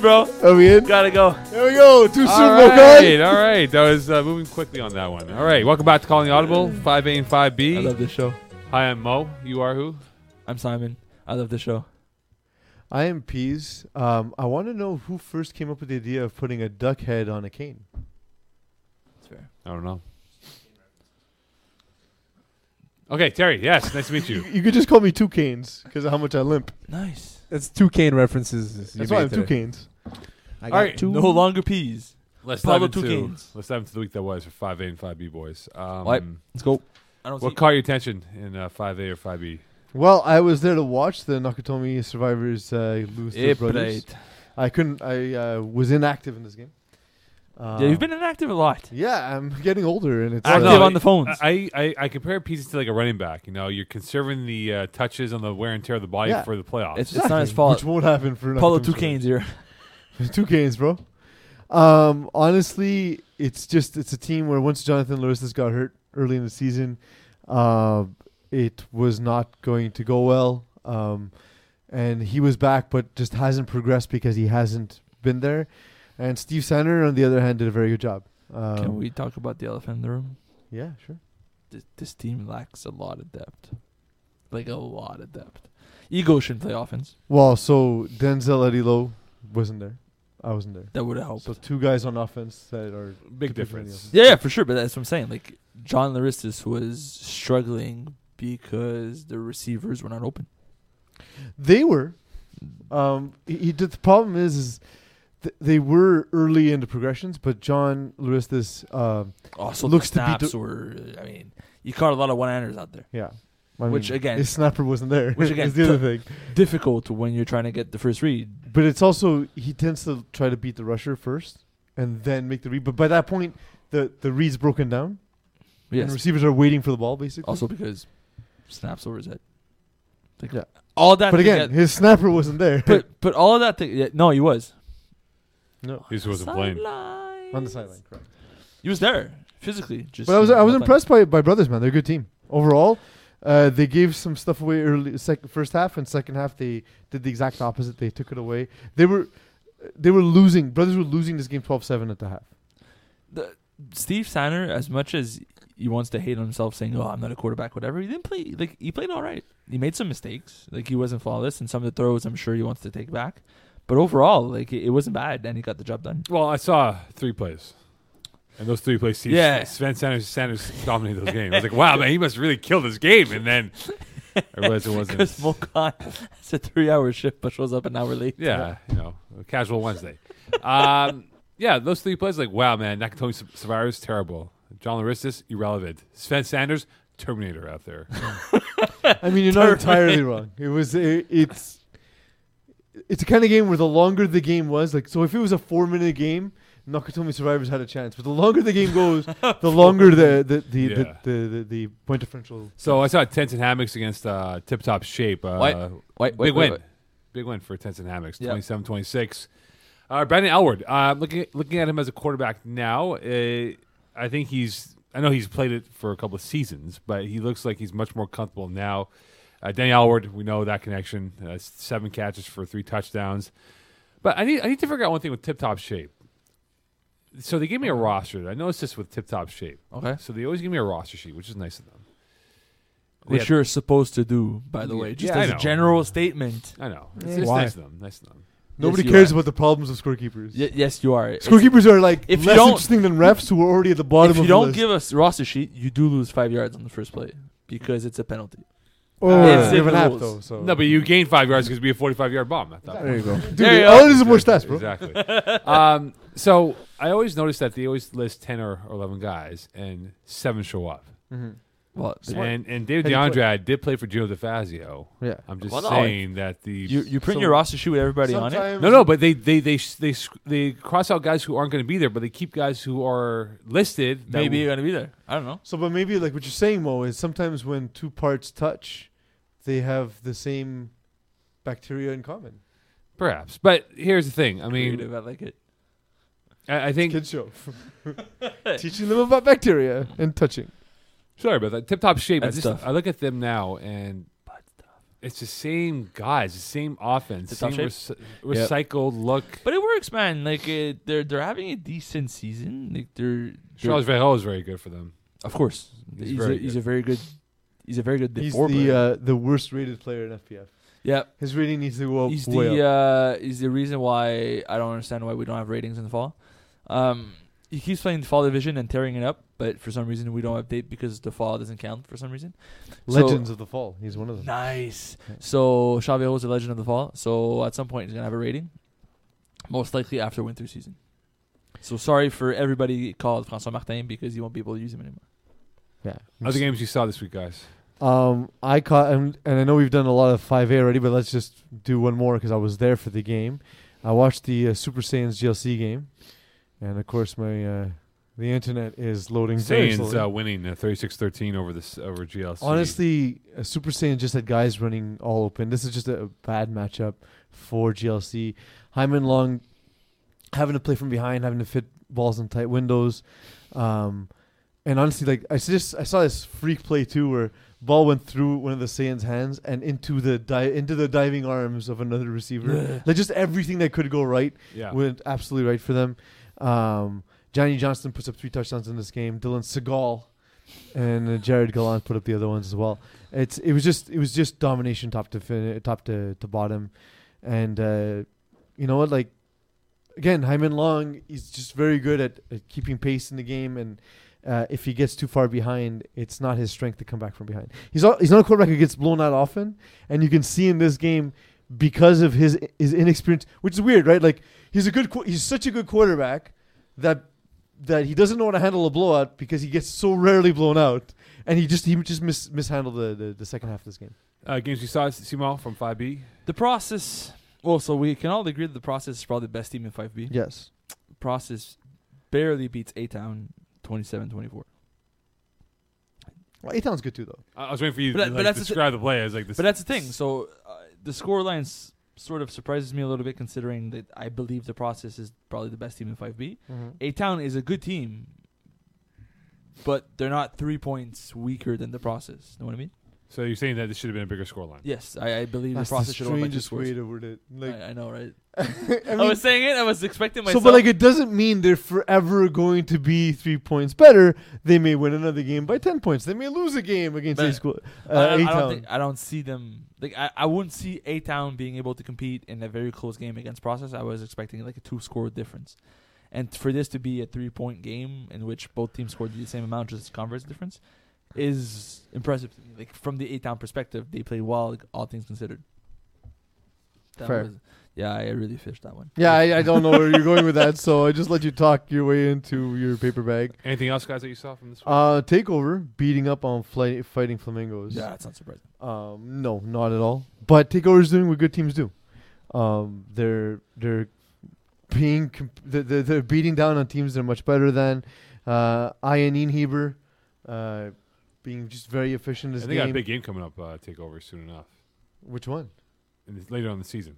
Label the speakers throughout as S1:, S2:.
S1: bro.
S2: Are we in?
S1: Gotta go.
S2: There we go. Too soon,
S3: all
S2: no gun.
S3: right, all right. That was uh, moving quickly on that one. All right, welcome back to Calling the Audible, 5A and
S1: I
S3: 5B.
S1: love this show.
S3: Hi, I'm Mo. You are who?
S1: I'm Simon. I love this show.
S2: I am Peas. Um, I want to know who first came up with the idea of putting a duck head on a cane.
S1: That's fair.
S3: I don't know. Okay, Terry. Yes, nice to meet
S2: You,
S3: you.
S2: you could just call me Two Canes because of how much I limp.
S1: Nice.
S4: That's two cane references.
S2: That's why I'm Two Canes.
S4: I
S3: got All right.
S4: two.
S1: No longer peas.
S3: Let's dive
S1: Pablo
S3: into
S1: Toucanes.
S3: let's dive into the week that was for 5A and 5B boys. Um,
S4: What? Let's go.
S1: I don't
S3: What
S1: see.
S3: caught your attention in uh, 5A or 5B?
S2: Well, I was there to watch the Nakatomi survivors uh, lose
S1: Eh,
S2: their brothers.
S1: right.
S2: I couldn't. I uh, was inactive in this game. Uh,
S1: Yeah, you've been inactive a lot.
S2: Yeah, I'm getting older, and it's.
S3: I
S1: Active
S3: know.
S1: on the phones.
S3: I, I, I compare pieces to like a running back. You know, you're conserving the uh, touches on the wear and tear of the body
S2: Yeah.
S3: for the playoffs.
S1: It's- not his fault.
S2: Which won't happen for
S1: Paulo
S2: Nakatomi
S1: Two
S2: survivors.
S1: Canes here.
S2: Two games, bro. Um, honestly, it's just it's a team where once Jonathan Lewis has got hurt early in the season, uh, it was not going to go well. Um, and he was back, but just hasn't progressed because he hasn't been there. And Steve Sanner, on the other hand, did a very good job. Um,
S1: Can we talk about the elephant in the room?
S2: Yeah, sure.
S1: This, this team lacks a lot of depth. Like a lot of depth. Ego shouldn't play offense.
S2: Well, so Denzel Adilo wasn't there. I wasn't there.
S1: That would have helped.
S2: So two guys on offense that are
S3: Big
S2: could be
S3: difference.
S1: Yeah, yeah, for sure. But that's what I'm saying. Like John Laristis was struggling because the receivers were not open.
S2: They were. Um, he, he did. The problem is, is th- they were early into progressions, but John Lewis, this, um,
S1: Also,
S2: Looks to
S1: looks
S2: be
S1: the snaps were. I mean, you caught a lot of one-handers out there.
S2: yeah, I
S1: Which again-
S2: his snapper wasn't there.
S1: which
S2: is
S1: again
S2: the other thing.
S1: Difficult when you're trying to get the first read.
S2: But it's also he tends to try to beat the rusher first and then make the read. But by that point, the the read's broken down, and
S1: Yes.
S2: receivers are waiting for the ball basically.
S1: also because snaps over his head. Like,
S2: Yeah.
S1: All that.
S2: but
S1: to
S2: again,
S1: get-
S2: his snapper wasn't there.
S1: but but all of that thing. Yeah, no, he was.
S2: no,
S3: He just wasn't playing.
S1: Sidelines.
S2: on the sideline, correct.
S1: He was there physically. Just.
S2: But I was I was
S1: not playing.
S2: impressed by by brothers, man. They're a good team overall. Uh, they gave some stuff away early sec- first half and second half. They did the exact opposite. They took it away. They were they were losing. Brothers were losing this game 12-7 at the half.
S1: the, Steve Sanner, as much as he wants to hate on himself, saying, "Oh, I'm not a quarterback," whatever, he didn't play. Like he played all right. He made some mistakes. Like he wasn't flawless, and some of the throws, I'm sure he wants to take back. But overall, like it, it wasn't bad, and he got the job done.
S3: Well, I saw three plays. And those three plays, Steve,
S1: Yeah.
S3: Sven Sanders, Sanders dominated those games. I was like, wow, man, he must really kill this game. And then I realized it wasn't.
S1: Chris Mokan has a three-hour shift, but shows up an hour late.
S3: Yeah, you know, a casual Wednesday. um, yeah, those three plays, like, wow, man, Nakatomi Sa- Savaris, terrible. John Laristis, irrelevant. Sven Sanders, Terminator out there.
S2: I mean, you're not entirely wrong. It was it, it's it's a kind of game where the longer the game was, like so, if it was a four minute game, Nakatomi Survivors had a chance. But the longer the game goes, the longer the the the,
S3: Yeah.
S2: the, the, the, the point differential.
S3: So I saw Tents and Hammocks against uh, Tip Top Shape. Uh,
S4: Wait, Wait,
S3: big win. Big win for Tents and Hammocks,
S1: Yeah.
S3: 27 26. Uh, Brandon Elward, uh, looking, looking at him as a quarterback now, uh, I think he's, I know he's played it for a couple of seasons, but he looks like he's much more comfortable now. Uh, Danny Elward, we know that connection, uh, s- seven catches for three touchdowns. But I need, I need to figure out one thing with Tip Top Shape. So they gave me a roster. I noticed this with Tip Top Shape.
S1: Okay,
S3: So they always give me a roster sheet, which is nice of them. They
S1: which
S3: had-
S1: you're supposed to do, by the way, just
S3: Yeah, I
S1: as a
S3: know.
S1: general statement.
S3: I know. It's,
S2: Yeah.
S3: it's
S2: Why?
S3: nice of them. Nice of them.
S2: Nobody
S1: you
S2: cares
S1: are.
S2: about the problems of scorekeepers.
S1: Y- yes, you are. It's-
S2: Scorekeepers are like
S1: If you
S2: less
S1: don't-
S2: interesting than refs who are already at the bottom
S1: if you
S2: of
S1: don't
S2: the list.
S1: give us roster sheet, you do lose five yards on the first play because it's a penalty.
S2: oh, yeah.
S1: It's
S2: you have an
S1: in
S2: app
S1: rules.
S2: though. So
S3: No, but you gain five yards because it'd be a 45 yard bomb. I thought.
S2: there you go. Dude,
S1: There you
S2: all
S1: go.
S2: it Oh, is is more stats, bro.
S3: Exactly. um, so I always notice that they always list 10 or 11 guys and seven show up.
S1: Well,
S3: And, and David
S2: How do you
S3: DeAndre did play for Gio DeFazio.
S2: Yeah.
S3: I'm just
S1: Well, no,
S3: saying that the.
S1: You you print
S2: So-
S1: your roster sheet with everybody on it.
S3: no, no, but they they they s- they, sc- they cross out guys who aren't going to be there, but they keep guys who are listed. that
S1: Maybe
S3: w-
S1: you're gonna be there. I don't know.
S2: So, but maybe like what you're saying, Mo, is sometimes when two parts touch, they have the same bacteria in common.
S3: perhaps. But here's the thing. I mean,
S1: Creative, I like it.
S3: I, I think
S2: Kid show, teaching them about bacteria and touching.
S3: Sorry about that. Tip top shape. I
S1: That's
S3: just
S1: tough.
S3: I look at them now and it's the same guys, the same offense,
S1: Tip-top
S3: same
S1: shape?
S3: rec- recycled look.
S1: But it works, man. Like uh, they're they're having a decent season. Like they're, they're-
S3: Charles Vejao is very good for them.
S1: of course
S3: He's
S1: he's,
S3: very
S1: a, he's
S3: good.
S1: a very good he's a very good
S2: He's
S1: forward.
S2: the uh, the worst rated player in FPF.
S1: yeah.
S2: His rating needs to go
S3: oh,
S2: up.
S1: He's
S2: way
S1: the
S2: up.
S1: uh, he's the reason why I don't understand why we don't have ratings in the fall. Um, he keeps playing the fall division and tearing it up, but for some reason we don't update because the fall doesn't count for some reason. uh, so-
S2: Legends of the Fall. He's one of them.
S1: Nice.
S2: Yeah.
S1: So Xavier is a legend of the fall. So at some point he's gonna have a rating, most likely after winter season. So sorry for everybody called François Martin because you won't be able to use him anymore.
S2: Yeah.
S3: Other games you saw this week, guys.
S2: Um, I caught, and, and I know we've done a lot of 5A already, but let's just do one more because I was there for the game. I watched the uh, Super Saiyans GLC game, and of course, my uh, the internet is loading. very
S3: Saiyans
S2: slowly.
S3: uh, winning uh, 36-13 over this over GLC.
S2: Honestly, uh, Super Saiyan just had guys running all open. This is just a bad matchup for GLC. Hyman Long having to play from behind, having to fit balls in tight windows. Um, and honestly, like I s- just I saw this freak play too, where ball went through one of the Saiyan's hands and into the di- into the diving arms of another receiver. like just everything that could go right
S3: yeah.
S2: went absolutely right for them. Um, Johnny Johnston puts up three touchdowns in this game. Dylan Segal and uh, Jared Gallant put up the other ones as well. It's it was just it was just domination top to fin- top to, to bottom, and uh, you know what like again Hyman Long is just very good at, at keeping pace in the game and. Uh, if he gets too far behind, it's not his strength to come back from behind. He's all, he's not a quarterback who gets blown out often, and you can see in this game because of his his inexperience, which is weird, right? Like he's a good qu- he's such a good quarterback that that he doesn't know how to handle a blowout because he gets so rarely blown out, and he just he just mis- mishandled the, the the second half of this game.
S3: Uh, games you saw, Simo from 5B.
S1: The process. Well, so we can all agree that the process is probably the best team in five B.
S2: Yes,
S1: Process barely beats A Town 27-24.
S2: well, Aton's good too though.
S3: I, I was waiting for you
S1: But
S3: to
S1: that- but
S3: like,
S1: that's the thi-
S3: describe the play as like this.
S1: But that's the thing. So uh, the score line s- sort of surprises me a little bit, considering that I believe the process is probably the best team in 5B. A Town is a good team, but they're not three points weaker than the process. Know what I mean?
S3: So you're saying that this should have been a bigger scoreline.
S1: Yes, I, I believe
S2: That's
S1: the
S2: the
S1: process should have won by two
S2: strangest
S1: scores.
S2: way to word it. Like,
S1: I, I know, right?
S2: I
S1: I
S2: mean,
S1: was saying it. I was
S2: so,
S1: expecting myself.
S2: but like, it doesn't mean they're forever going to be three points better. They may win another game by ten points. They may lose a game against
S1: But
S2: A school. Uh,
S1: I, I don't
S2: Atown.
S1: think, I don't see them like I, I wouldn't see A Town being able to compete in a very close game against Process. I was expecting like a two score difference. And for this to be a three point game in which both teams scored the same amount, just converse difference, is impressive to me. Like from the A Town perspective, they played well, like, all things considered. That
S2: Fair.
S1: was- yeah, I really fished that one.
S2: Yeah, I, I don't know where you're going with that, so I just let you talk your way into your paper bag.
S3: Anything else, guys, that you saw from this week?
S2: Uh, takeover beating up on flight, fighting flamingos.
S1: yeah, it's not surprising.
S2: Um, no, not at all. But takeover is doing what good teams do. Um, they're they're being comp- they're, they're they're beating down on teams they're much better than. Uh, Ian Heber, uh, being just very
S3: I
S2: efficient in this
S3: think I got a
S2: game.
S3: big game coming up, uh, takeover soon enough,
S2: Which one?
S3: in this, later on in the season.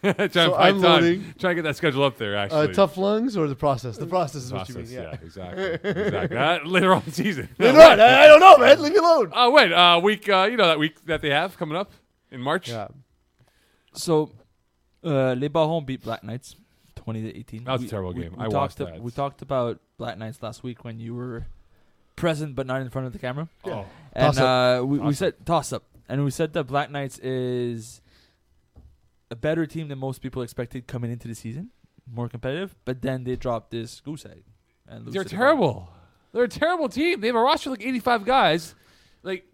S3: trying to
S2: So
S3: find
S2: I'm
S3: time,
S2: loading.
S3: trying to get that schedule up there.
S2: Uh,
S3: Actually, Uh,
S2: tough lungs or the process? The process is
S3: process.
S2: what you mean. Yeah.
S3: yeah. exactly. exactly. Uh, later on in the season.
S2: Later on, I, I don't know, man. Leave me alone.
S3: Oh wait, uh, week. Uh, you know that week that they have coming up in March.
S2: Yeah.
S1: So, uh, Les Barons beat Black Knights, twenty to eighteen.
S3: That was a terrible game. I
S1: talked
S3: watched
S1: ab-
S3: that.
S1: We talked about Black Knights last week when you were present but not in front of the camera,
S3: Oh,
S1: and
S2: Toss up.
S1: uh, we, we
S3: Toss
S1: said toss up, and we said that Black Knights is a better team than most people expected coming into the season, more competitive. But then they dropped this goose egg, and lose
S3: they're
S1: to the
S3: terrible. They're a terrible team. They have a roster of like eighty-five guys. Like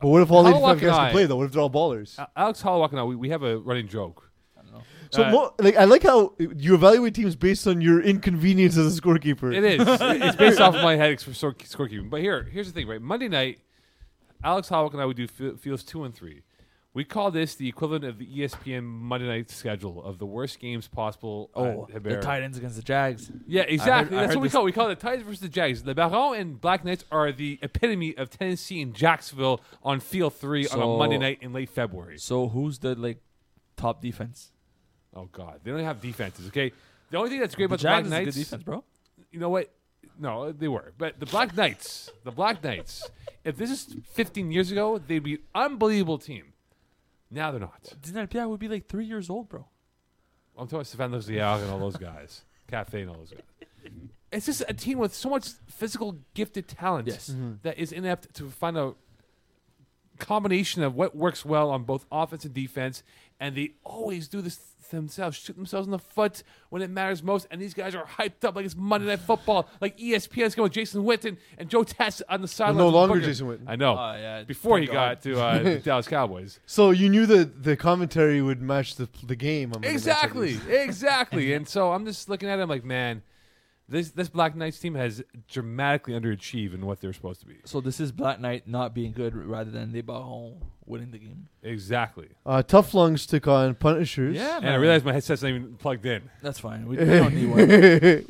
S2: But what if all
S3: How
S2: 85
S3: lucky
S2: guys
S3: I-
S2: can play though? What if they're all ballers?
S1: Uh,
S3: A- Alex Holloway and I, we, we have a running joke.
S1: Lions. I don't know.
S2: So
S3: Uh,
S2: mo- like I like how you evaluate teams based on your inconvenience as a scorekeeper.
S3: It is. it's based off of my head for score- scorekeeping. But here, here's the thing, right? Monday night, Alex Holloway and I would do fi- fields two and three. We call this the equivalent of the E ESPN Monday night schedule of the worst games possible. at
S1: Oh, the
S3: Hebert.
S1: Titans against the Jags.
S3: Yeah, exactly.
S1: I
S3: That's
S1: heard
S3: what we
S1: this-
S3: call. it. We call it the Titans versus the Jags. The Baron and Black Knights are the epitome of Tennessee and Jacksonville on field three on a
S1: So-
S3: Monday night in late February.
S1: So who's the like top defense?
S3: Oh God, they don't have defenses. Okay, the only thing that's great
S1: the
S3: about the Black
S1: Jags is a
S3: Knights,
S1: good defense, bro.
S3: you know what? No, they were, but the Black Knights, the Black Knights. If this is 15 years ago, they'd be an unbelievable team. Now they're not.
S1: Didn't I would be like three years old, bro?
S3: I'm talking Stefan Luziak and all those guys, Cafe and all those guys. It's just a team with so much physical gifted talent
S1: Yes.
S2: Mm-hmm.
S3: that is inept to find a combination of what works well on both offense and defense, and they always do this themselves, shoot themselves in the foot when it matters most. And these guys are hyped up like it's Monday Night Football, like E ESPN's going with Jason Witten and Joe Tess on the
S2: Well,
S3: sideline.
S2: no longer Jason Witten.
S3: I know.
S1: Uh, yeah,
S3: Before he
S1: thank
S3: got
S1: God.
S3: to uh, Dallas Cowboys.
S2: So you knew that the commentary would match the the game. I'm gonna guess, at
S3: Exactly,
S2: least.
S3: exactly. And so I'm just looking at him like, man, this this Black Knights team has dramatically underachieved in what they're supposed to be.
S1: So this is Black Knight not being good rather than they bought home winning the game.
S3: Exactly.
S2: Uh, Tough Lungs took on Punishers.
S3: And I realized my headset's not even plugged in.
S1: that's fine. We, we don't need one.
S3: I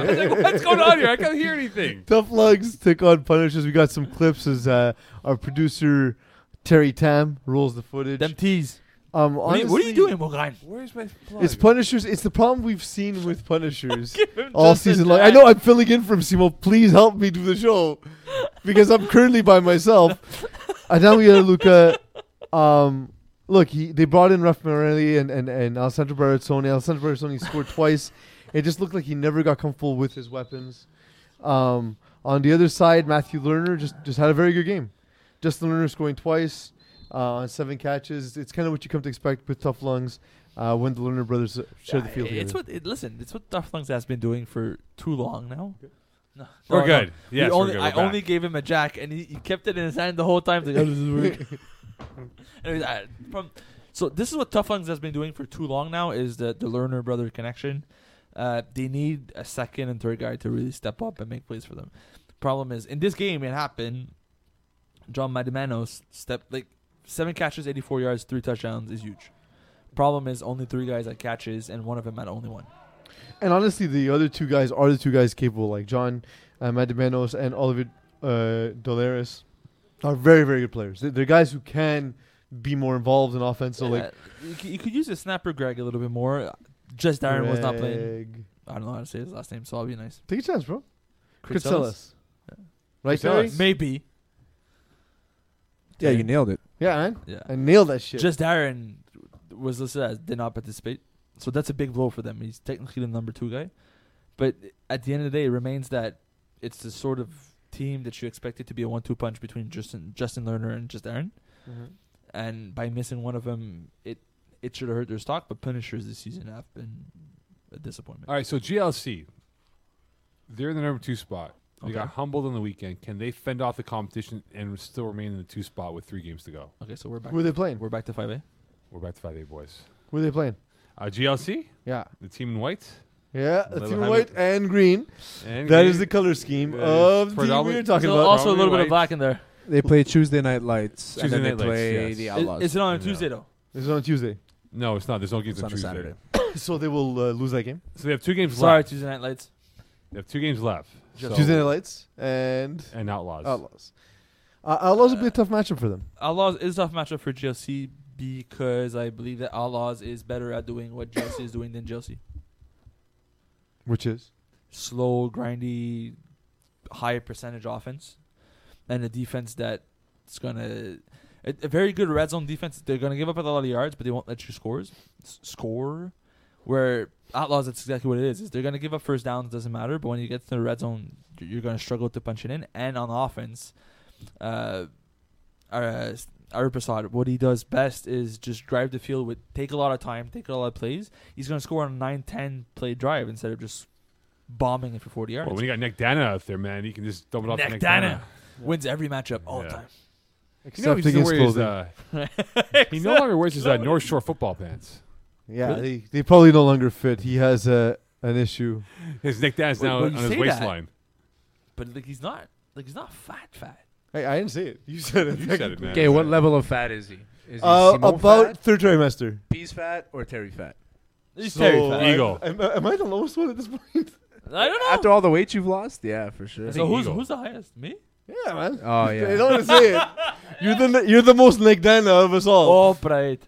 S3: was like, what's going on here? I can't hear anything.
S2: Tough Lungs took on Punishers. We got some clips as uh, our producer Terry Tam rolls the footage.
S1: Them tees.
S2: Um,
S1: What are you- what are
S2: honestly,
S1: you doing, Mogan?
S3: Where's my plug?
S2: It's Punishers. It's the problem we've seen with Punishers all season long. I know I'm filling in from Simo. Please help me do the show because I'm currently by myself. Adamiel Luca, um, look, he, they brought in Raf Morelli and, and, and Alessandro Barazzoni. Alessandro Barazzoni scored twice. It just looked like he never got comfortable with his weapons. Um, on the other side, Matthew Lerner just, just had a very good game. Justin Lerner scoring twice uh, on seven catches. It's kind of what you come to expect with tough lungs uh, when the Lerner brothers uh, share the field.
S1: It's
S2: together.
S1: what it, listen. It's what Tough Lungs has been doing for too long now. No,
S3: We're
S1: no,
S3: good.
S1: no.
S3: Yes,
S1: We
S3: we're
S1: only,
S3: good. We're
S1: I
S3: back.
S1: only gave him a jack, and he, he kept it in his hand the whole time. Like, "Oh, this is work." Anyways, I- from- so this is what Tough Lungs has been doing for too long now. Is the the learner brother connection? Uh, they need a second and third guy to really step up and make plays for them. Problem is, in this game, it happened. John Madimano stepped like seven catches, eighty four yards, three touchdowns is huge. Problem is, only three guys had catches, and one of them had only one.
S2: And honestly, the other two guys are the two guys capable, like John uh, Madimanos and Oliver uh, Dolaris, are very, very good players. They're, they're guys who can be more involved in offense. So, like,
S1: Yeah, Uh, you, c- you could use a snapper Greg a little bit more. Just Darren was not playing.
S2: Greg-
S1: I don't know how to say his last name, so I'll be nice.
S2: Take a chance, bro. Kritzelis.
S1: Critzelis?
S2: Right, Terry?
S3: Kritzelis.
S1: Maybe.
S4: Yeah, you nailed it.
S2: Yeah, man.
S1: Yeah.
S2: I nailed that shit.
S1: Just Darren was listed as did not participate, so that's a big blow for them. He's technically the number two guy, but at the end of the day, it remains that it's the sort of team that you expected to be a one-two punch between Justin Justin Lerner and Just Darren.
S2: Mhm.
S1: and by missing one of them, it it should have hurt their stock. But Punishers this season have been a disappointment.
S3: All right, so GLC, they're in the number two spot. They
S1: Okay.
S3: got humbled on the weekend. Can they fend off the competition and still remain in the two spot with three games to go?
S1: Okay, so we're back.
S2: Who are they playing?
S1: We're back to five A.
S3: We're back to five eight boys.
S2: Who are they playing?
S3: Uh, GLC,
S2: Yeah.
S3: the team in white.
S2: Yeah. The
S3: Little
S2: team in
S3: Hamlet.
S2: white and green.
S3: And
S2: That
S3: green.
S2: is the color scheme
S3: That is
S2: of the team we
S3: predominant-
S2: were talking
S1: So
S2: about.
S1: also a
S3: Probably
S1: little bit
S3: white.
S1: of black in there.
S4: They play Tuesday Night Lights.
S3: Tuesday
S4: and then
S3: Night Lights,
S4: they play
S3: yes.
S4: the
S3: Is-
S1: Is,
S4: Outlaws.
S1: is it on a
S3: Yeah.
S1: Tuesday though?
S2: This is on Tuesday.
S3: No, it's not. There's no games
S4: It's
S3: on
S4: on a
S3: Tuesday.
S4: Saturday.
S2: so they will uh, lose that game.
S3: So they have two games
S1: Sorry,
S3: left.
S1: Tuesday night lights.
S3: They have two games left.
S1: Just-
S3: So,
S2: Tuesday Night Lights and
S3: and Outlaws.
S2: Outlaws. Uh, Outlaws will be a tough matchup for them.
S1: Outlaws is a tough matchup for GLC because I believe that Outlaws is better at doing what GLC is doing than GLC.
S2: Which is?
S1: slow, grindy, high percentage offense, and a defense that's gonna a, a very good red zone defense. They're gonna give up a lot of yards, but they won't let you scores s- score. Where Outlaws, that's exactly what it is. Is they're gonna give up first downs, doesn't matter. But when you get to the red zone, y- you're gonna struggle to punch it in. And on offense, uh, uh, Arpasad, what he does best is just drive the field with take a lot of time, take a lot of plays. He's gonna score on a 9-10 play drive instead of just bombing it for 40 yards.
S3: Well, when you got Nick Dana out there, man, you can just dump it off to
S1: Nick
S3: Nick
S1: Dana.
S3: Dana.
S1: Wins every matchup all
S3: Yeah.
S1: the
S3: You know,
S1: time.
S3: he,
S2: Except
S3: doesn't
S2: against
S3: wear his,
S2: Golden.
S3: uh, he no longer wears his uh, North Shore football pants.
S2: yeah,
S1: Really?
S2: they, they probably no longer fit. He has uh, an issue.
S3: His Nick Dana's
S1: Well,
S3: now
S1: well,
S3: on
S1: you
S3: his
S1: say
S3: waistline.
S1: But like he's not like he's not fat fat.
S2: Hey, I didn't say it. You said it.
S3: You said it, man.
S4: Okay, what level of fat is he? Is he
S2: Uh,
S4: Simone
S2: about
S4: fat,
S2: third trimester.
S4: peas fat or Terry fat?
S1: He's
S2: So,
S1: very fat.
S2: I-
S3: Eagle.
S2: Am, am I the lowest one at this point?
S1: I don't know.
S4: After all the weight you've lost, yeah, for sure.
S1: so
S3: think
S1: who's
S3: Eagle.
S1: who's the highest? Me?
S2: Yeah, man.
S4: Oh
S2: I
S4: yeah.
S2: don't want to say it. You're the you're the most Nick Dana of us all.
S1: Oh, bright.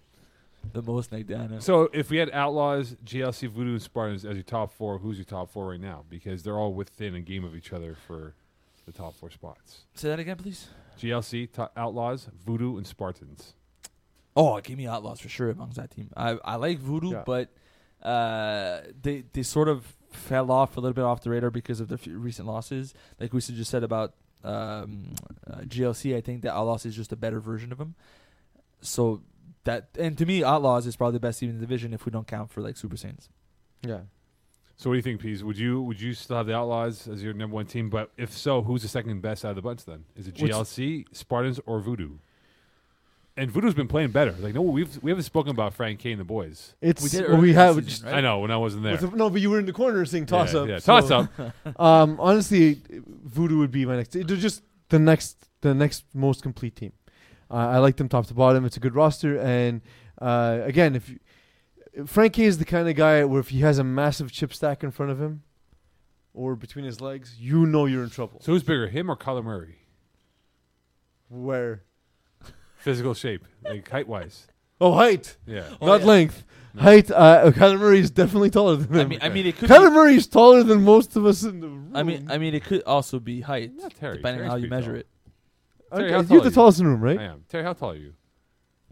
S1: The most like Dana.
S3: So if we had Outlaws, GLC, Voodoo, and Spartans as your top four, who's your top four right now? Because they're all within a game of each other for the top four spots.
S1: Say that again, please.
S3: GLC, to Outlaws, Voodoo, and Spartans.
S1: Oh, give me Outlaws for sure amongst that team. I I like Voodoo,
S2: Yeah.
S1: but uh, they they sort of fell off a little bit off the radar because of their few recent losses. Like we just said about um, uh, GLC, I think that Outlaws is just a better version of them. So that and to me, Outlaws is probably the best team in the division if we don't count for like Super Saints.
S2: Yeah.
S3: So what do you think, Pease? Would you would you still have the Outlaws as your number one team? But if so, who's the second best out of the bunch then? Is it
S1: What's-
S3: GLC, Spartans, or Voodoo? And Voodoo's been playing better. Like no, we've we haven't spoken about Frank K and the boys.
S2: It's
S1: We
S2: we,
S1: did
S2: well,
S1: earlier
S2: we
S1: in
S2: have
S1: the
S2: just-
S1: season, right?
S3: I know when I wasn't there.
S2: with the- no, but you were in the corner saying toss
S3: yeah,
S2: up.
S3: yeah.
S2: so-
S3: toss up.
S2: Um, honestly, Voodoo would be my next. They're just the next, the next most complete team. Uh, I like them top to bottom. It's a good roster, and uh, again, if you, Frankie is the kind of guy where if he has a massive chip stack in front of him or between his legs, you know you're in trouble.
S3: So who's bigger, him or Kyler Murray?
S2: Where
S3: Physical shape, like height wise.
S2: oh height,
S3: Yeah.
S2: not length, height. Uh, Kyler Murray is definitely taller than him.
S1: I mean, I mean, it could.
S2: Kyler
S1: Be,
S2: Murray is taller than most of us in the room.
S1: I mean, I mean, it could also be height,
S3: Not Terry.
S1: depending on
S3: Terry's
S1: how you
S3: pretty
S1: measure
S3: tall.
S1: it.
S2: okay,
S3: Terry, how tall
S2: you're
S3: are
S2: the
S3: you?
S2: tallest in the room, right?
S3: I am. Terry, how tall are you?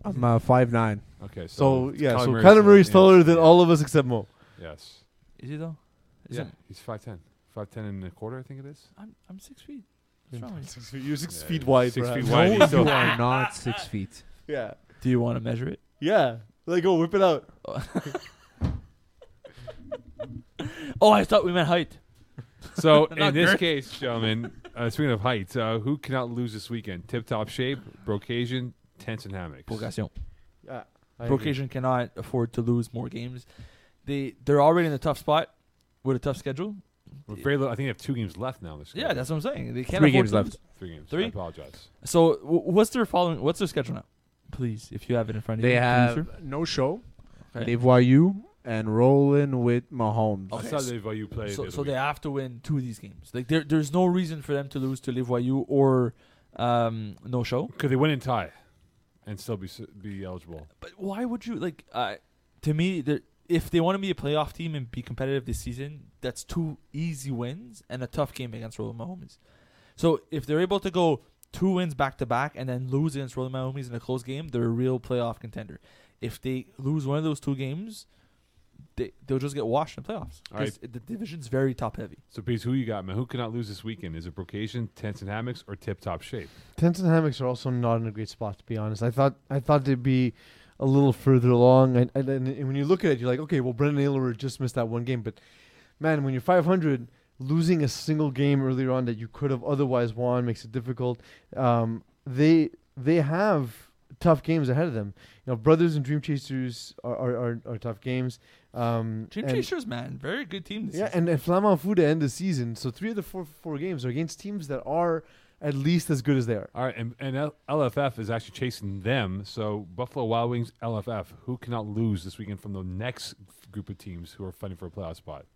S4: I'm uh, five nine.
S3: Okay, so,
S2: So yeah, so
S3: Murray's-
S2: Kyler Murray's
S3: yeah,
S2: taller than
S3: yeah.
S2: all of us except Mo.
S3: Yes.
S1: Is he though? Is
S3: yeah,
S1: it-
S3: he's five ten. Five ten and a quarter, I think it is.
S1: I'm I'm six feet. What's wrong with
S2: Six feet, you're six
S3: Yeah,
S2: feet
S3: you're
S2: wide.
S3: six
S2: perhaps.
S3: feet wide.
S4: You
S3: He's so-
S4: are not six feet.
S2: Yeah,
S1: you? Do you want to measure it?
S2: yeah. Like, go whip it out.
S1: Oh, I thought we meant height.
S3: So
S1: Not
S3: in this
S1: girth.
S3: case, gentlemen, uh, speaking of heights, uh, who cannot lose this weekend? Tip top shape, Brocation, Tents and Hammocks.
S1: Vocation.
S2: Yeah,
S1: Vocation cannot afford to lose more games. They they're already in a tough spot with a tough schedule.
S3: We're very little, I think they have two games left now. This
S1: Yeah, that's what I'm saying. They can't
S4: Three
S1: afford
S4: games
S1: to
S4: left.
S1: lose.
S3: three games.
S1: three?
S3: I apologize.
S1: So w- what's their following? What's their schedule now? Please, if you have it in front of
S4: They
S1: you.
S4: have
S1: producer.
S4: no show.
S1: Okay.
S4: Dave Wayu and rolling with Mahomes.
S1: Okay.
S3: I saw the you play.
S1: So,
S3: the
S1: so
S3: other
S1: they have to win two of these games. Like there, there's no reason for them to lose to Livoyu or um, no show.
S3: week. could they win and tie, and still be s- be eligible?
S1: But why would you like? Uh, to me, there- if they want to be a playoff team and be competitive this season, that's two easy wins and a tough game against Roland Mahomes. So if they're able to go two wins back to back and then lose against Roland Mahomes in a close game, they're a real playoff contender. If they lose one of those two games, they they'll just get washed in the playoffs. 'Cause The division's very top heavy.
S3: So, please, who you got, man? Who cannot lose this weekend? Is it Brocation, Tents and Hammocks, or Tip Top Shape?
S2: Tents and hammocks are also not in a great spot, to be honest. I thought I thought they'd be a little further along, and, and, and- and when you look at it, you're like, okay, well, Brendan Aylward just missed that one game, but man, when you're 500, losing a single game earlier on that you could have otherwise won makes it difficult. Um, they they have tough games ahead of them. You know, Brothers and Dream Chasers are are, are, are tough games. Um,
S1: Dream
S2: and-
S1: Chasers, man, very good team. This
S2: Yeah,
S1: season.
S2: and, and Flamand Fou to end the season. So three of the four four games are against teams that are at least as good as they are.
S3: All right, and, and L- LFF is actually chasing them. So Buffalo Wild Wings, LFF, who cannot lose this weekend from the next group of teams who are fighting for a playoff spot?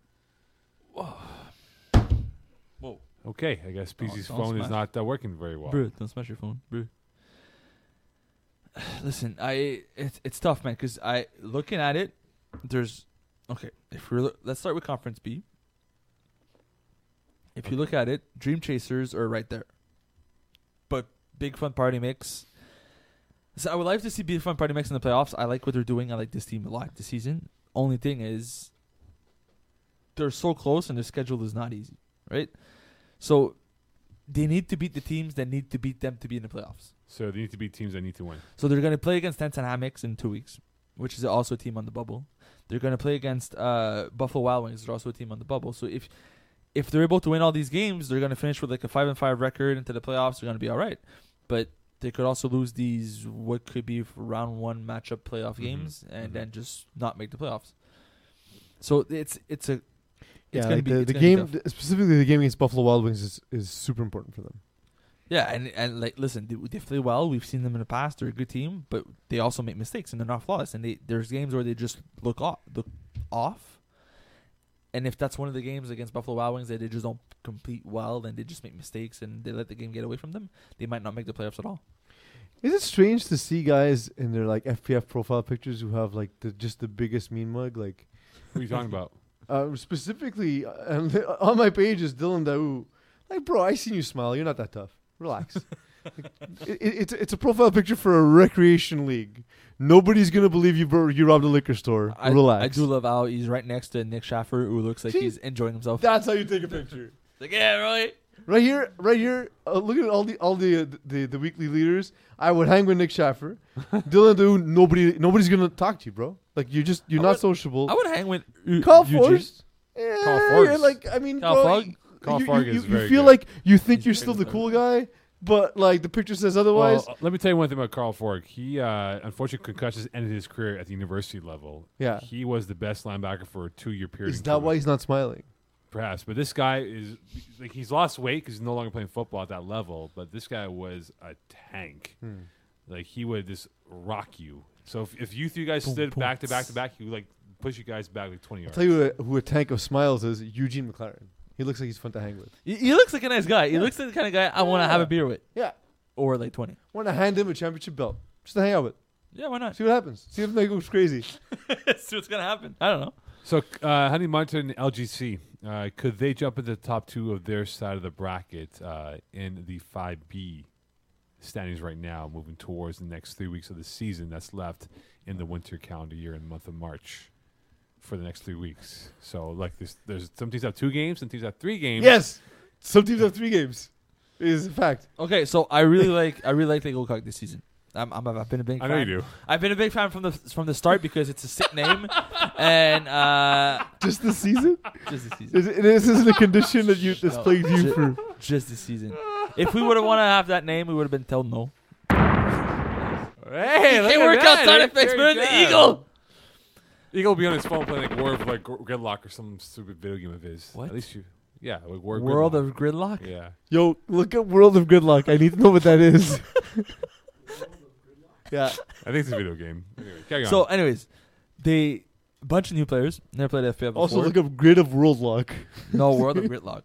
S1: Whoa.
S3: Okay, I
S2: Oh,
S3: guess
S1: Don't-
S3: PC's
S1: don't
S3: phone is
S1: smash.
S3: not uh, working very well.
S1: Bro, don't smash your phone, bro. Listen, I it's it's tough, man, because I looking at it, there's okay. If we're lo- let's start with Conference B. If you look at it, Dream Chasers are right there, but Big Fun Party Mix. So I would like to see Big Fun Party Mix in the playoffs. I like what they're doing. I like this team a lot this season. Only thing is, they're so close and their schedule is not easy, right? So they need to beat the teams that need to beat them to be in the playoffs.
S3: So they need to be teams that need to win.
S1: So they're going to play against Tents and Hammocks in two weeks, which is also a team on the bubble. They're going to play against uh, Buffalo Wild Wings, they're also a team on the bubble. So if if they're able to win all these games, they're going to finish with like a five and five record into the playoffs. They're going to be all right, but they could also lose these what could be round one matchup playoff
S2: Mm-hmm.
S3: Mhm,
S1: games and
S3: mhm.
S1: then just not make the playoffs. So it's it's a it's
S2: Yeah,
S1: gonna
S2: like
S1: be
S2: the,
S1: it's
S2: the
S1: gonna be
S2: game
S1: tough.
S2: th- specifically the game against Buffalo Wild Wings is, is super important for them.
S1: Yeah, and and like listen, they, they play well. We've seen them in the past. They're a good team, but they also make mistakes and they're not flawless. And they there's games where they just look off, look off. And if that's one of the games against Buffalo Wild Wings that they just don't complete well, then they just make mistakes and they let the game get away from them, they might not make the playoffs at all.
S2: Is it strange to see guys in their like FPF profile pictures who have like the just the biggest mean mug? Like
S3: What are you talking about?
S2: uh, specifically uh, and on my page is Dylan Daou. Like, bro, I seen you smile. You're not that tough. Relax. it, it's it's a profile picture for a recreation league. Nobody's gonna believe you bur- you robbed a liquor store.
S1: I,
S2: Relax.
S1: I do love how he's right next to Nick Schaffer, who looks like
S2: See?
S1: he's enjoying himself.
S2: That's how you take a picture.
S1: like, yeah, right.
S2: Right here, right here. Uh, look at all the all the, uh, the the weekly leaders. I would hang with Nick Schaffer, Dylan. Dude, nobody nobody's gonna talk to you, bro. Like you just you're
S1: I
S2: not
S1: would-
S2: sociable.
S1: I would hang with U-
S2: Call
S1: Eugene.
S2: Forrest. Yeah,
S3: Call Forrest.
S2: like I mean,
S1: Call
S2: bro,
S1: Fogg?
S2: you-
S3: Call
S2: you,
S3: Fogg
S2: you-
S3: is
S2: you
S3: very
S2: feel
S3: good.
S2: like you think
S1: He's
S2: you're
S1: pretty
S2: still the
S1: good.
S2: cool guy, but like the picture says otherwise.
S3: Well, uh, let me tell you one thing about Carl Fork. He, uh, unfortunately, concussions ended his career at the university level.
S2: yeah,
S3: He was the best linebacker for a two-year period.
S2: is
S3: in
S2: that
S3: Toronto.
S2: why he's not smiling?
S3: Perhaps, but this guy is like he's lost weight because he's no longer playing football at that level. But this guy was a tank. Like he would just rock you. So if, if you three guys
S1: Boom,
S3: stood
S1: boom,
S3: back to back to
S1: tss.
S3: back, he would like push you guys back like twenty yards.
S2: Tell you who a tank of smiles is Eugene McLaren. He looks like he's fun to hang with.
S1: He, he looks like a nice guy. He looks like the kind of guy I want to have a beer with,
S2: Yeah,
S1: or like twenty.
S2: want to hand him a championship belt just to hang out with.
S1: Yeah, why not?
S2: See what happens. See if they go crazy.
S1: See what's gonna happen. I don't know.
S3: so uh, Honey Munter and LGC, uh, could they jump into the top two of their side of the bracket uh, in the five B standings right now, moving towards the next three weeks of the season that's left in the winter calendar year in the month of March. For the next three weeks, so like there's, there's some teams have two games, some teams have three games.
S2: Yes, some teams have three games. It is a fact.
S1: Okay, so I really like I really like the Cock this season. I'm, I'm I've been a big
S3: I
S1: fan.
S3: know you do.
S1: I've been a big fan from the from the start because it's a sick name, and uh,
S2: Just this season,
S1: just this season,
S2: Is it- this isn't a condition that you that's
S1: No.
S2: plagued you
S1: Ju-
S2: for.
S1: just this season. If we would have wanted to have that name, we would have been told no.
S3: Hey,
S1: Hey,
S3: at
S1: we're
S3: that.
S1: outside of
S3: There you
S1: Facebook,
S3: go.
S1: the Eagle.
S3: Eagle will be on his phone playing like War of like Gr- Gridlock or some stupid video game of his.
S1: What?
S3: At least you, yeah, like War
S1: World
S3: Gridlock.
S1: of Gridlock.
S3: yeah.
S2: Yo, look up World of Good Luck. I need to know what that is. yeah,
S3: I think it's a video game. Anyway, carry on.
S1: So, anyways, they bunch of new players never played FPL before.
S2: Also, look up Grid of World Luck.
S1: no World of Gridlock.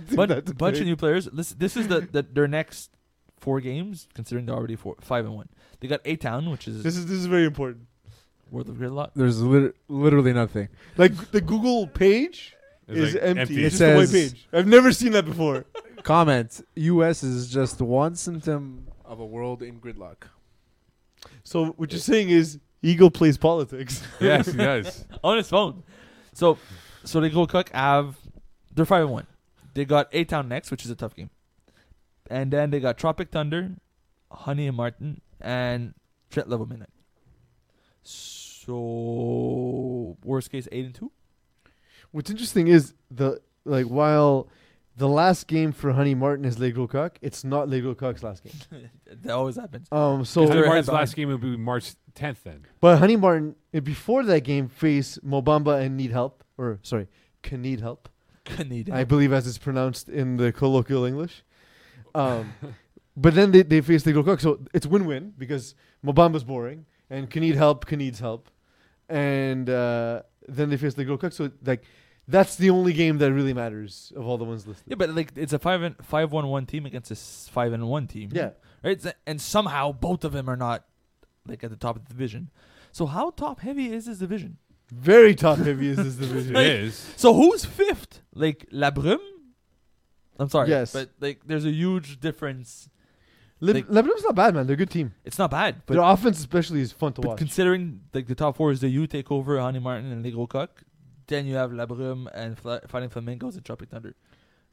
S2: That's
S1: But bunch
S2: great.
S1: of new players. This this is the, the their next four games, considering they're already four five and one. They got A Town, which is
S2: This is this is very important.
S1: World of Gridlock.
S4: There's lit- literally nothing.
S2: Like the Google page
S3: It's,
S2: is
S3: like,
S2: empty.
S3: empty.
S2: It's
S4: It
S2: just a white
S4: says-
S2: page. I've never seen that before.
S4: Comment: U.S. is just one symptom of a world in gridlock.
S2: So what you're saying is Eagle plays politics.
S3: yes, he does.
S1: on his phone. So, so they go cook. Have they're five and one. They got A Town next, which is a tough game, and then they got Tropic Thunder, Honey and Martin, and Trent Level Midnight. So worst case eight and two.
S2: What's interesting is the like while the last game for Honey Martin is Lego Cock, it's not Lego Cock's last game.
S1: that always happens.
S2: Um, so
S3: So
S1: they're
S3: Martin's
S1: ahead
S3: last game will be March 10th. Then
S2: But Honey Martin uh, before that game face Mobamba and need help or sorry can need help
S1: Canadian.
S2: I believe as it's pronounced in the colloquial English. Um, but then they they face Lego Cock, so it's win win because Mobamba's boring and can need help can needs help, and uh, then they face Lego Cook. So like that's the only game that really matters of all the ones listed.
S1: yeah, but like it's a five and five one one team against a s- five and one team.
S2: Yeah.
S1: right? It's- and somehow both of them are not like at the top of the division. So how top heavy is this division?
S2: Very top heavy is this division.
S3: it is.
S1: So who's fifth? Like La Brume? I'm sorry.
S2: Yes.
S1: But like there's a huge difference.
S2: Le-
S1: Like-
S2: Lebanon's not bad, man. They're a good team.
S1: It's not bad, but,
S2: Their offense, especially, is fun to
S1: but
S2: watch.
S1: considering like the top four is the U take over, Honey Martin and Lego Cock. Then you have La Brume and Fla- Fighting Flamingos and Tropic Thunder.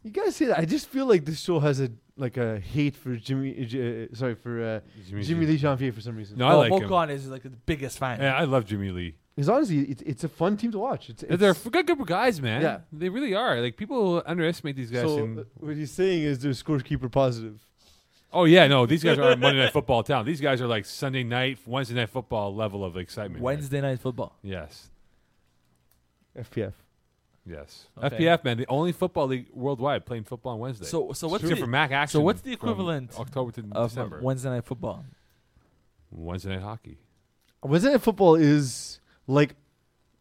S2: you guys say that. I just feel like this show has a like a hate for Jimmy. Uh, J- uh, sorry for uh,
S3: Jimmy,
S2: Jimmy Lee Janvier for some reason.
S3: No, I
S1: oh,
S3: like him.
S1: Hokan is like the biggest fan.
S3: Yeah, I love Jimmy Lee.
S2: Because honestly, it, it's a fun team to watch. It's, it's
S3: They're a good group of guys, man.
S2: Yeah.
S3: they really are. Like people underestimate these guys.
S2: so
S3: and-
S2: uh, what he's saying is they're scorekeeper positive.
S3: oh yeah, no, these guys aren't Monday Night Football town. These guys are like Sunday night, Wednesday Night Football level of excitement. right?
S1: Wednesday night football.
S3: Yes.
S2: FPF.
S3: Yes.
S1: Okay.
S3: FPF, man, the only football league worldwide playing football on Wednesday.
S1: So so what's
S3: Cheer
S1: the,
S3: for Mac action?
S1: what's the
S3: from
S1: equivalent
S3: October to
S1: of uh,
S3: December.
S1: Wednesday night football?
S3: Wednesday night hockey.
S2: Wednesday Night Football is like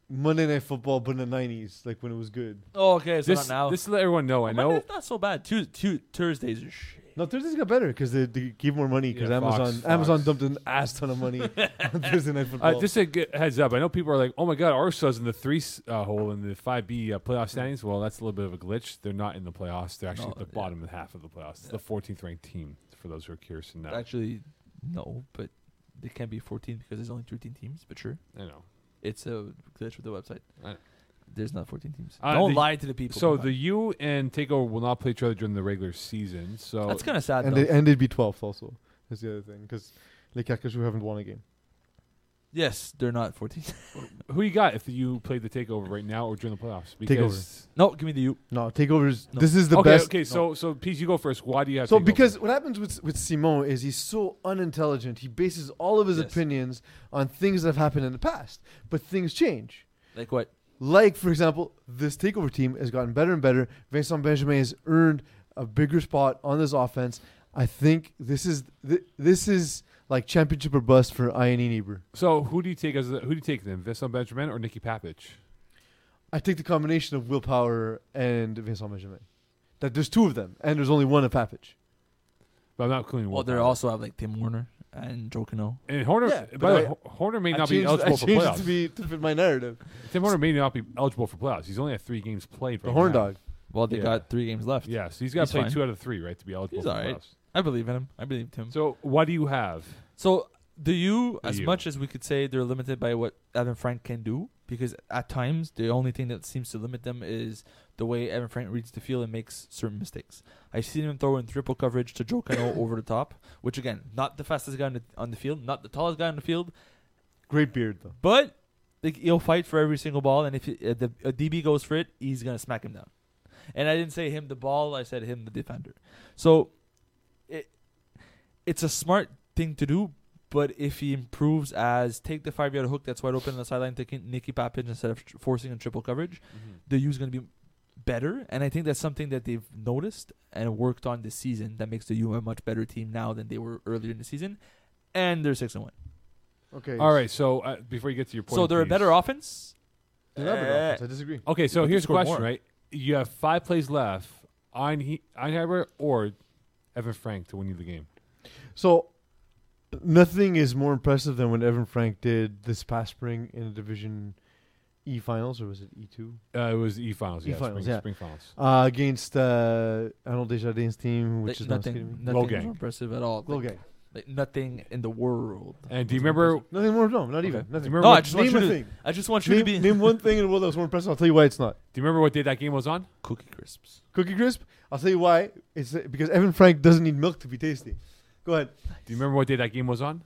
S2: Monday Night Football, but in the nineties, like when it was good.
S1: Oh, okay, so
S3: this,
S1: not now.
S3: this to let everyone know. I
S1: Monday
S3: know.
S1: night's not so bad. Tues Tu Thursdays are shit.
S2: No, Thursdays got better because they, they gave more money because
S3: Yeah, Fox,
S2: Amazon
S3: Fox.
S2: Amazon dumped an ass ton of money on Thursday Night Football.
S3: Uh, just a good heads up. I know people are like, "Oh my God, Arsenal's in the three s- uh, hole in the five B uh, playoff
S1: Hmm.
S3: standings." Well, that's a little bit of a glitch. They're not in the playoffs. They're actually
S1: No,
S3: at the
S1: Oh, yeah.
S3: bottom half of the playoffs. It's the 14th ranked team for for those who are curious to know.
S1: Actually, no, but it can't be 14 because there's only 13 teams. But sure,
S3: I know.
S1: it's a glitch with the website.
S3: I-
S1: There's not 14 teams.
S3: Uh,
S1: Don't
S3: the-
S1: lie to the people.
S3: So
S1: come
S3: the
S1: on.
S3: U and Takeover will not play each other during the regular season. So
S1: that's kind of sad.
S2: and
S1: though.
S2: they ended B twelve also. That's the other thing because like Kakashu haven't won a game.
S1: yes, they're not 14.
S3: who you got if you played the Takeover right now or during the playoffs? Because-
S1: no, give me the U.
S2: No takeovers.
S1: No.
S2: This is the
S3: okay,
S2: best.
S3: okay. So so Peace, you go first. Why do you have
S2: So
S3: Takeover?
S2: because what happens with with Simon is he's so unintelligent. He bases all of his
S1: Yes.
S2: opinions on things that have happened in the past, but things change.
S1: Like what?
S2: Like, for example, this takeover team has gotten better and better. Vincent Benjamin has earned a bigger spot on this offense. I think this is th- this is like championship or bust for Ian Niebuhr.
S3: so who do you take as the, who do you take then? Vincent Benjamin or Nikki Papich?
S2: I take the combination of willpower and Vincent Benjamin. That there's two of them, and there's only one of Papich.
S3: But I'm not including.
S1: Well, they
S3: Walcott.
S1: also have like Tim Warner and Joe Cano.
S3: And Horner.
S2: Yeah,
S3: by
S2: but
S3: the way,
S2: I-
S3: Ho- Horner may
S2: I
S3: not be
S2: changed-
S3: eligible
S2: I
S3: for
S2: changed it
S3: playoffs.
S2: to be to fit my narrative.
S3: Tim Horner may not be eligible for playoffs. He's only at three games played.
S2: The
S3: right
S2: Horn
S3: now.
S2: Dog.
S1: Well, they
S3: Yeah.
S1: got three games left.
S3: Yeah, so he's got
S1: He's
S3: to play
S1: fine.
S3: two out of three, right, to be eligible
S1: He's
S3: for
S1: all right. Mm-hmm.
S3: playoffs.
S1: I believe in him. I believe in him. So,
S3: So what do you have?
S1: the U,
S3: The
S1: as
S3: U.
S1: much as we could say they're limited by what Evan Frank can do, because at times the only thing that seems to limit them is the way Evan Frank reads the field and makes certain mistakes. I've seen him throw in triple coverage to Joe Cano over the top, which again, not the fastest guy on the, on the field, not the tallest guy on the field,
S2: Great beard though.
S1: But like, he'll fight for every single ball, and if he, uh, the a DB goes for it, he's gonna smack him down. And I didn't say him the ball; I said him the defender. So, it it's a smart thing to do. But if he improves as take the five yard hook that's wide open on the sideline, taking Nicky Papin instead of tr- forcing a triple coverage,
S2: Mm-hmm.
S1: the U's going to be better. And I think that's something that they've noticed and worked on this season that makes the U a much better team now than they were earlier in the season. And they're six and one.
S2: Okay.
S3: All right, so uh, before you get to your point,
S1: So they're a
S3: Pease.
S1: better offense.
S2: They have an
S1: Eh.
S2: offense. I disagree.
S3: Okay, so
S1: But they
S3: here's the
S1: scored
S3: question,
S1: more.
S3: right? You have five plays left. Einhe- Einheimer or Evan Frank to win you the game.
S2: So nothing is more impressive than what Evan Frank did this past spring in the Division E finals, or was it E two?
S3: Uh, it was the E finals. Yeah,
S2: E-finals,
S3: spring,
S2: yeah.
S3: spring finals.
S2: Uh, against uh, Arnold Desjardins' team, which
S1: Like,
S2: is not
S1: nothing,
S2: kidding me.
S1: nothing
S3: Logang.
S1: was impressive at all. Like,
S2: Okay.
S1: like, nothing in the world.
S3: And do you
S1: was
S3: remember?
S1: impressive.
S2: Nothing more. No, not even. Nothing.
S1: Okay.
S3: Do you remember
S1: No,
S3: what,
S1: I just want
S2: name
S1: you
S2: a
S1: to.
S2: thing.
S1: I just want you to
S2: Name,
S1: be
S2: name one thing in the world that was more impressive. I'll tell you why it's not.
S3: do you remember what day that game was on?
S1: cookie crisps.
S2: Cookie crisp. I'll tell you why. It's uh, because Evan Frank doesn't need milk to be tasty. Go ahead.
S3: Do you remember what day that game was on?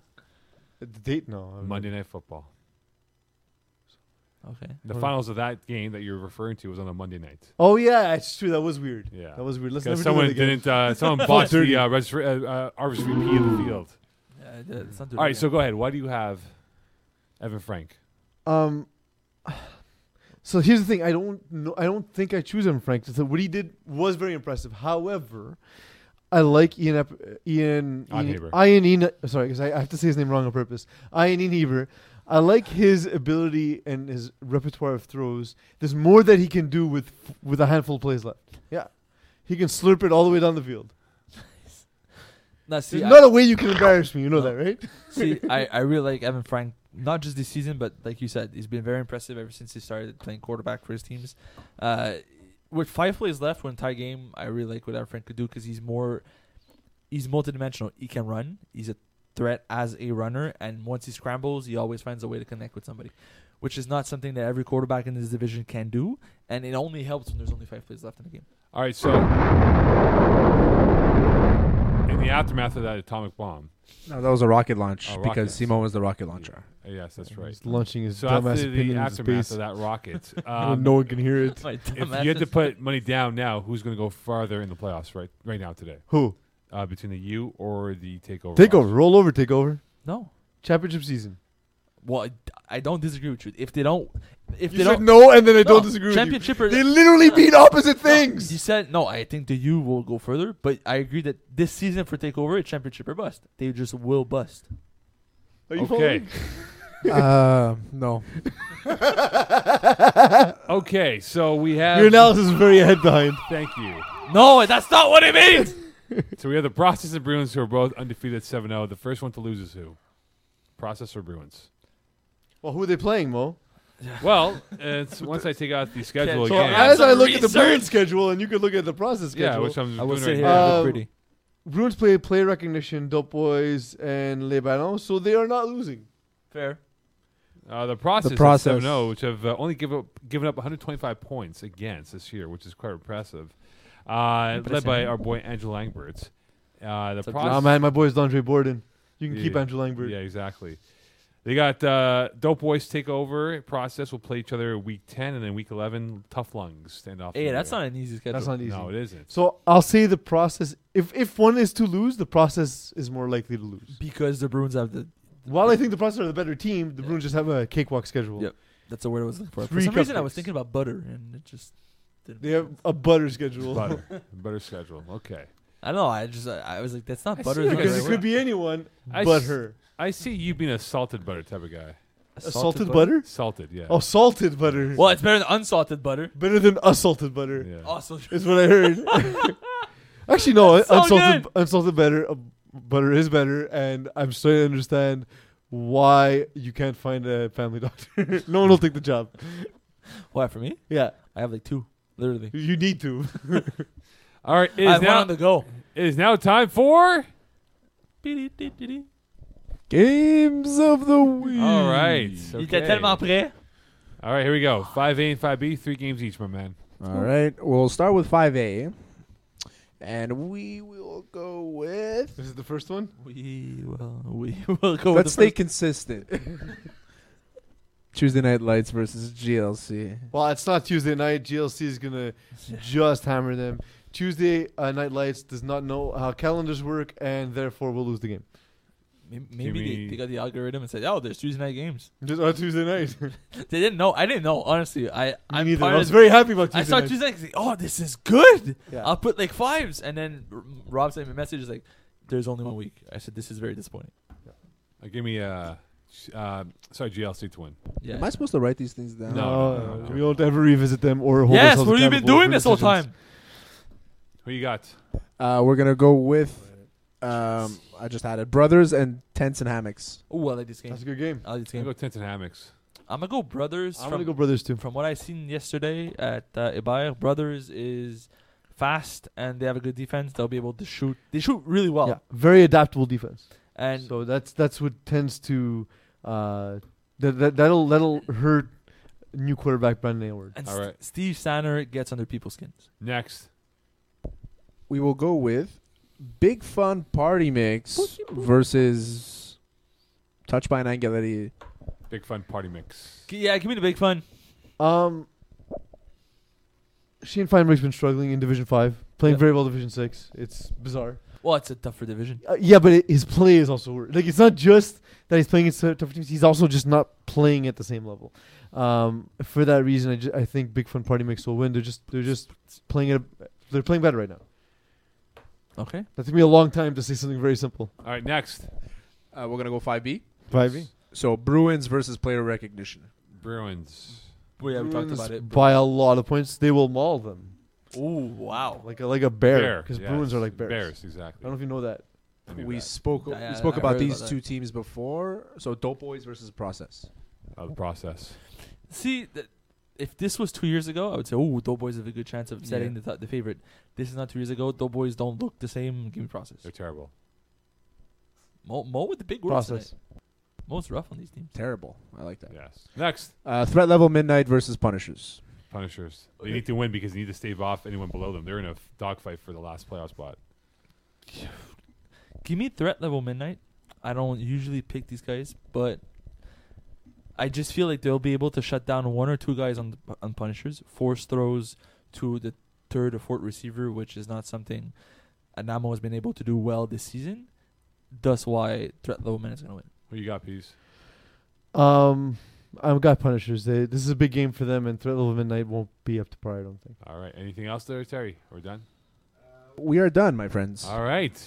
S2: The date? No. I don't
S3: Monday Night Football.
S1: Okay.
S3: The
S2: Hmm.
S3: finals of that game that you're referring to was on a Monday night.
S2: know. Oh yeah, it's true. That was weird.
S3: Yeah,
S2: That was weird. Let's never
S3: because
S2: do
S3: someone
S2: that again.
S3: didn't. Uh, someone botched
S2: Dirty.
S3: the uh, register, uh, uh, RSVP of the field.
S1: Yeah, that's not
S3: All right, so go ahead. Why do you have Evan Frank?
S2: Um. So here's the thing. I don't know. I don't think I choose him, Frank. So what he did was very impressive. However, I like Ian. Ep- uh,
S3: Ian
S2: Ian. Ian.
S3: Heber.
S2: Ian. Ian sorry, because I, I have to say his name wrong on purpose. Ian Ian Heber. I like his ability and his repertoire of throws. There's more that he can do with with a handful of plays left. Yeah, he can slurp it all the way down the field.
S1: now, see,
S2: There's
S1: I,
S2: not a way you can embarrass me. You know
S1: No.
S2: that, right?
S1: see, I, I really like Evan Frank. Not just this season, but like you said, he's been very impressive ever since he started playing quarterback for his teams. Uh, with five plays left, when tie game, I really like what Evan Frank could do because he's more, he's multidimensional. He can run. He's a threat as a runner, and once he scrambles, he always finds a way to connect with somebody, which is not something that every quarterback in this division can do, and it only helps when there's only five plays left in the game.
S3: All right, so in the aftermath of that atomic bomb,
S4: No, that was a rocket launch
S3: Oh, rocket.
S4: because Simon was the rocket launcher.
S3: Uh, Yes, that's right.
S2: He's launching his
S3: So
S2: dumbass
S3: after the
S2: opinion into
S3: aftermath
S2: space.
S3: of that rocket,
S2: and
S3: um,
S2: no one can hear it.
S1: My
S3: if
S1: dumb
S3: you had to
S1: asses.
S3: put money down now, who's going to go farther in the playoffs right right now today?
S2: Who?
S3: Uh, between the U or the takeover?
S2: Take over. Roll over. Take over.
S1: no,
S2: Championship season.
S1: well, I, I don't disagree with you. If they don't, if
S2: you
S1: they
S2: said
S1: don't,
S2: no, and then I don't
S1: No,
S2: disagree
S1: championship or
S2: with you. They literally mean opposite
S1: You
S2: things.
S1: said no. I think the U will go further, but I agree that this season for Takeover, it's championship or bust. They just will bust.
S2: Are you
S3: Okay.
S4: uh, no.
S3: Okay. So we have.
S2: following? Your analysis is very ahead behind.
S3: Thank you.
S1: No, that's not what it means.
S3: So we have the Process and Bruins, who are both undefeated 7 0. The first one to lose is who? Process or Bruins?
S2: Well, who are they playing, Mo?
S3: Well, it's once I take out the schedule
S2: So
S1: Yeah,
S3: again.
S1: yeah.
S2: as I
S1: Some
S2: look at the
S1: research.
S2: Bruins schedule, and you could look at the process schedule.
S3: uh, yeah, which I'm
S1: I
S3: doing
S1: will
S3: right
S1: sit here
S3: now.
S1: and
S2: Um,
S1: look pretty.
S2: Bruins play play recognition, Dope Boys, and Les Ballons, so they are not losing.
S1: Fair.
S3: Uh, the process, the
S4: process.
S3: process. 7-0, which have uh, only give up, given up 125 points against this year, which is quite impressive. Uh, led by
S1: Impressive.
S3: our boy Andrew Langberts. Uh, the
S1: It's a
S3: process,
S2: Nah, man, my boy's Andre Borden. You can keep
S3: Yeah.
S2: Andrew Langberg.
S3: Yeah, exactly. They got uh, Dope Boys take over. Process will play each other week 10 and then week 11. Tough lungs stand off.
S1: Hey, that's not an easy schedule.
S2: That's not easy.
S3: No, it isn't.
S2: So I'll say the process. If if one is to lose, the process is more likely to lose.
S1: because the Bruins have the.
S2: While I think the process are the better team, the
S1: Yeah.
S2: Bruins just have a cakewalk schedule.
S1: Yep. That's the word I was looking for. For
S2: Three
S1: some reason, I was
S2: cupcakes.
S1: thinking about butter, and it just. Didn't
S2: They
S1: make
S2: have
S1: sense.
S2: a butter schedule.
S3: Butter, better schedule. Okay,
S1: I know. I just. I, I was like, that's not
S3: I
S1: butter.
S3: see
S1: is
S3: what
S1: not
S3: you're
S2: Because
S1: the
S3: saying.
S2: it
S1: right
S2: could be
S1: word.
S2: anyone
S3: I
S2: but
S3: s-
S2: her.
S3: I see you being a salted butter type of guy.
S2: Salted butter?
S3: Salted, yeah.
S2: Oh, salted butter.
S1: Well, it's better than unsalted butter.
S2: Better than assaulted butter.
S3: yeah.
S1: Also, true.
S2: is what I heard. Actually, no,
S1: That's so
S2: unsalted, unsalted better, uh, butter is better, and I'm starting to understand why you can't find a family doctor. no one will take the job.
S1: Why for me?
S2: Yeah,
S1: I have like two, literally.
S2: you need to.
S3: All right, it
S1: I
S3: is,
S1: have one
S3: now,
S1: on the go.
S3: it is now time for.
S1: Dee-dee-dee-dee-dee.
S4: Games of the week.
S3: All right.
S1: Il était tellement
S3: Okay.
S1: prêt.
S3: All right, here we go. 5A and 5B, three games each, my man.
S4: All right. We'll start with 5A. And we will go with.
S2: This is the first one.
S1: We will. We will go. with
S4: Let's
S1: the
S4: stay consistent. Tuesday Night Lights versus GLC.
S2: Well, it's not Tuesday night. GLC is gonna just hammer them. Tuesday uh, Night Lights does not know how calendars work, and therefore will lose the game.
S1: Maybe,
S3: Gimme-
S1: they, they got the algorithm and said, "Oh, there's Tuesday night games."
S2: Just on Tuesday night. Me
S1: They didn't know. I didn't know. Honestly, I I'm
S2: neither.
S1: part
S2: I
S1: of
S2: was
S1: the-
S2: very happy about Tuesday
S1: I saw
S2: night.
S1: Tuesday night. I was like, oh, this is good.
S2: Yeah.
S1: I'll put like fives, and then R- Rob sent me a message like, "There's only one week." I said, "This is very disappointing."
S3: Uh, give me uh, sh- uh, sorry, GLC to win.
S1: Yeah.
S4: Am I supposed to write these things down?
S2: No,
S3: No, no, no, no.
S2: Oh, we don't ever revisit them or hold
S1: yes.
S2: ourselves
S1: What have you been
S2: accountable
S1: doing
S2: for
S1: this whole
S2: decisions.
S1: time?
S3: Who you got?
S4: Uh, we're gonna go with. Um, I just had it. Brothers and tents and hammocks.
S1: Oh, I like this game.
S2: That's a good game.
S1: I like
S3: I'm
S1: this game.
S3: gonna go tents and hammocks.
S1: I'm gonna go brothers.
S2: I'm
S1: from
S2: gonna go Brothers too.
S1: from what I seen yesterday at uh, Ibayer, Brothers is fast and they have a good defense. They'll be able to shoot. They shoot really well,
S2: yeah, very adaptable defense.
S1: and
S2: so that's that's what tends to uh, that, that that'll that'll hurt new quarterback Brandon Hayward.
S1: and
S3: All
S1: S-
S3: right.
S1: Steve Sanner gets under people's skins.
S3: Next,
S4: We will go with Big Fun Party Mix versus Touch by an Angelity.
S3: big fun party mix.
S1: G- yeah, give me the big fun.
S2: Um, Shane Feinberg's been struggling in Division Five, playing
S1: Yeah.
S2: very well Division Six. It's bizarre.
S1: Well, it's a tougher division.
S2: Uh, yeah, but it, his play is also wor- like it's not just that he's playing against tough teams. He's also just not playing at the same level. Um, for that reason, I, ju- I think Big Fun Party Mix will win. They're just they're just playing it. a- They're playing better right now.
S1: Okay,
S2: That took me a long time to say something very simple.
S3: All right, next
S4: Uh, we're gonna go five B.
S2: Five B.
S4: So Bruins versus Player Recognition.
S3: Bruins.
S1: well, Oh, yeah, we talked
S2: Bruins
S1: about it.
S2: by a lot of points. They will maul them
S1: Oh wow,
S2: like a, like a bear
S3: Bear,
S2: because
S3: yes.
S2: Bruins are like bears.
S3: Bears,
S2: I
S3: exactly.
S2: don't know if you know that.
S3: I knew
S4: We
S3: that.
S4: spoke.
S1: Yeah, yeah,
S4: we spoke
S1: I
S4: about
S1: heard
S4: these
S1: about
S4: two teams before. So Dope Boys versus Process.
S3: Oh, the process.
S1: see. Th- if this was two years ago, I would say, "Oh, Doughboys have a good chance of setting the, th- the favorite." This is not two years ago. Doughboys don't look the same. Give me process.
S3: They're terrible.
S1: Mo, Mo with the big words
S2: Process.
S1: Process. Most rough on these teams.
S4: Terrible. I like that.
S3: Yes. Next,
S4: Uh, threat level Midnight versus Punishers.
S3: Punishers. They
S1: Okay.
S3: need to win because they need to stave off anyone below them. They're in a f- dogfight for the last playoff spot.
S1: Give me threat level midnight. I don't usually pick these guys, but I just feel like they'll be able to shut down one or two guys on the, on punishers, force throws to the third or fourth receiver, which is not something Anamo has been able to do well this season. That's why threat level midnight is gonna win.
S3: Who you got, peace?
S2: Um, I've got Punishers. They, this is a big game for them, and Threat Level Midnight won't be up to par. I don't think.
S3: All right. Anything else there, Terry? We're done.
S4: We are done, my friends.
S3: All right.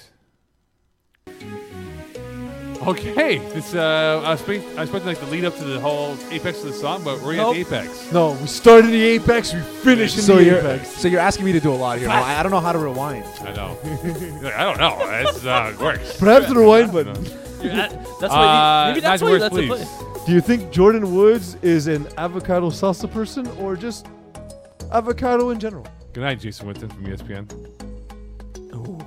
S3: Okay, this uh, I was expect- I was expecting like the lead up to the whole apex of the song, but we're
S1: Nope.
S3: at the apex.
S2: No, we started the apex. We finished in
S4: So
S2: the
S4: you're
S2: apex.
S4: so you're asking me to do a lot here.
S1: Fast.
S4: I I don't know how to rewind.
S3: I know. Like, I don't know. This is how it works.
S2: Perhaps the rewind
S3: I
S2: button.
S3: don't know.
S1: that's
S3: Uh,
S1: why maybe
S3: magic
S1: that's why
S3: words,
S1: that's the
S3: please.
S1: play.
S2: Do you think Jordan Woods is an avocado salsa person or just avocado in general?
S3: E Good night, Jason Winton from ESPN.
S1: Ooh.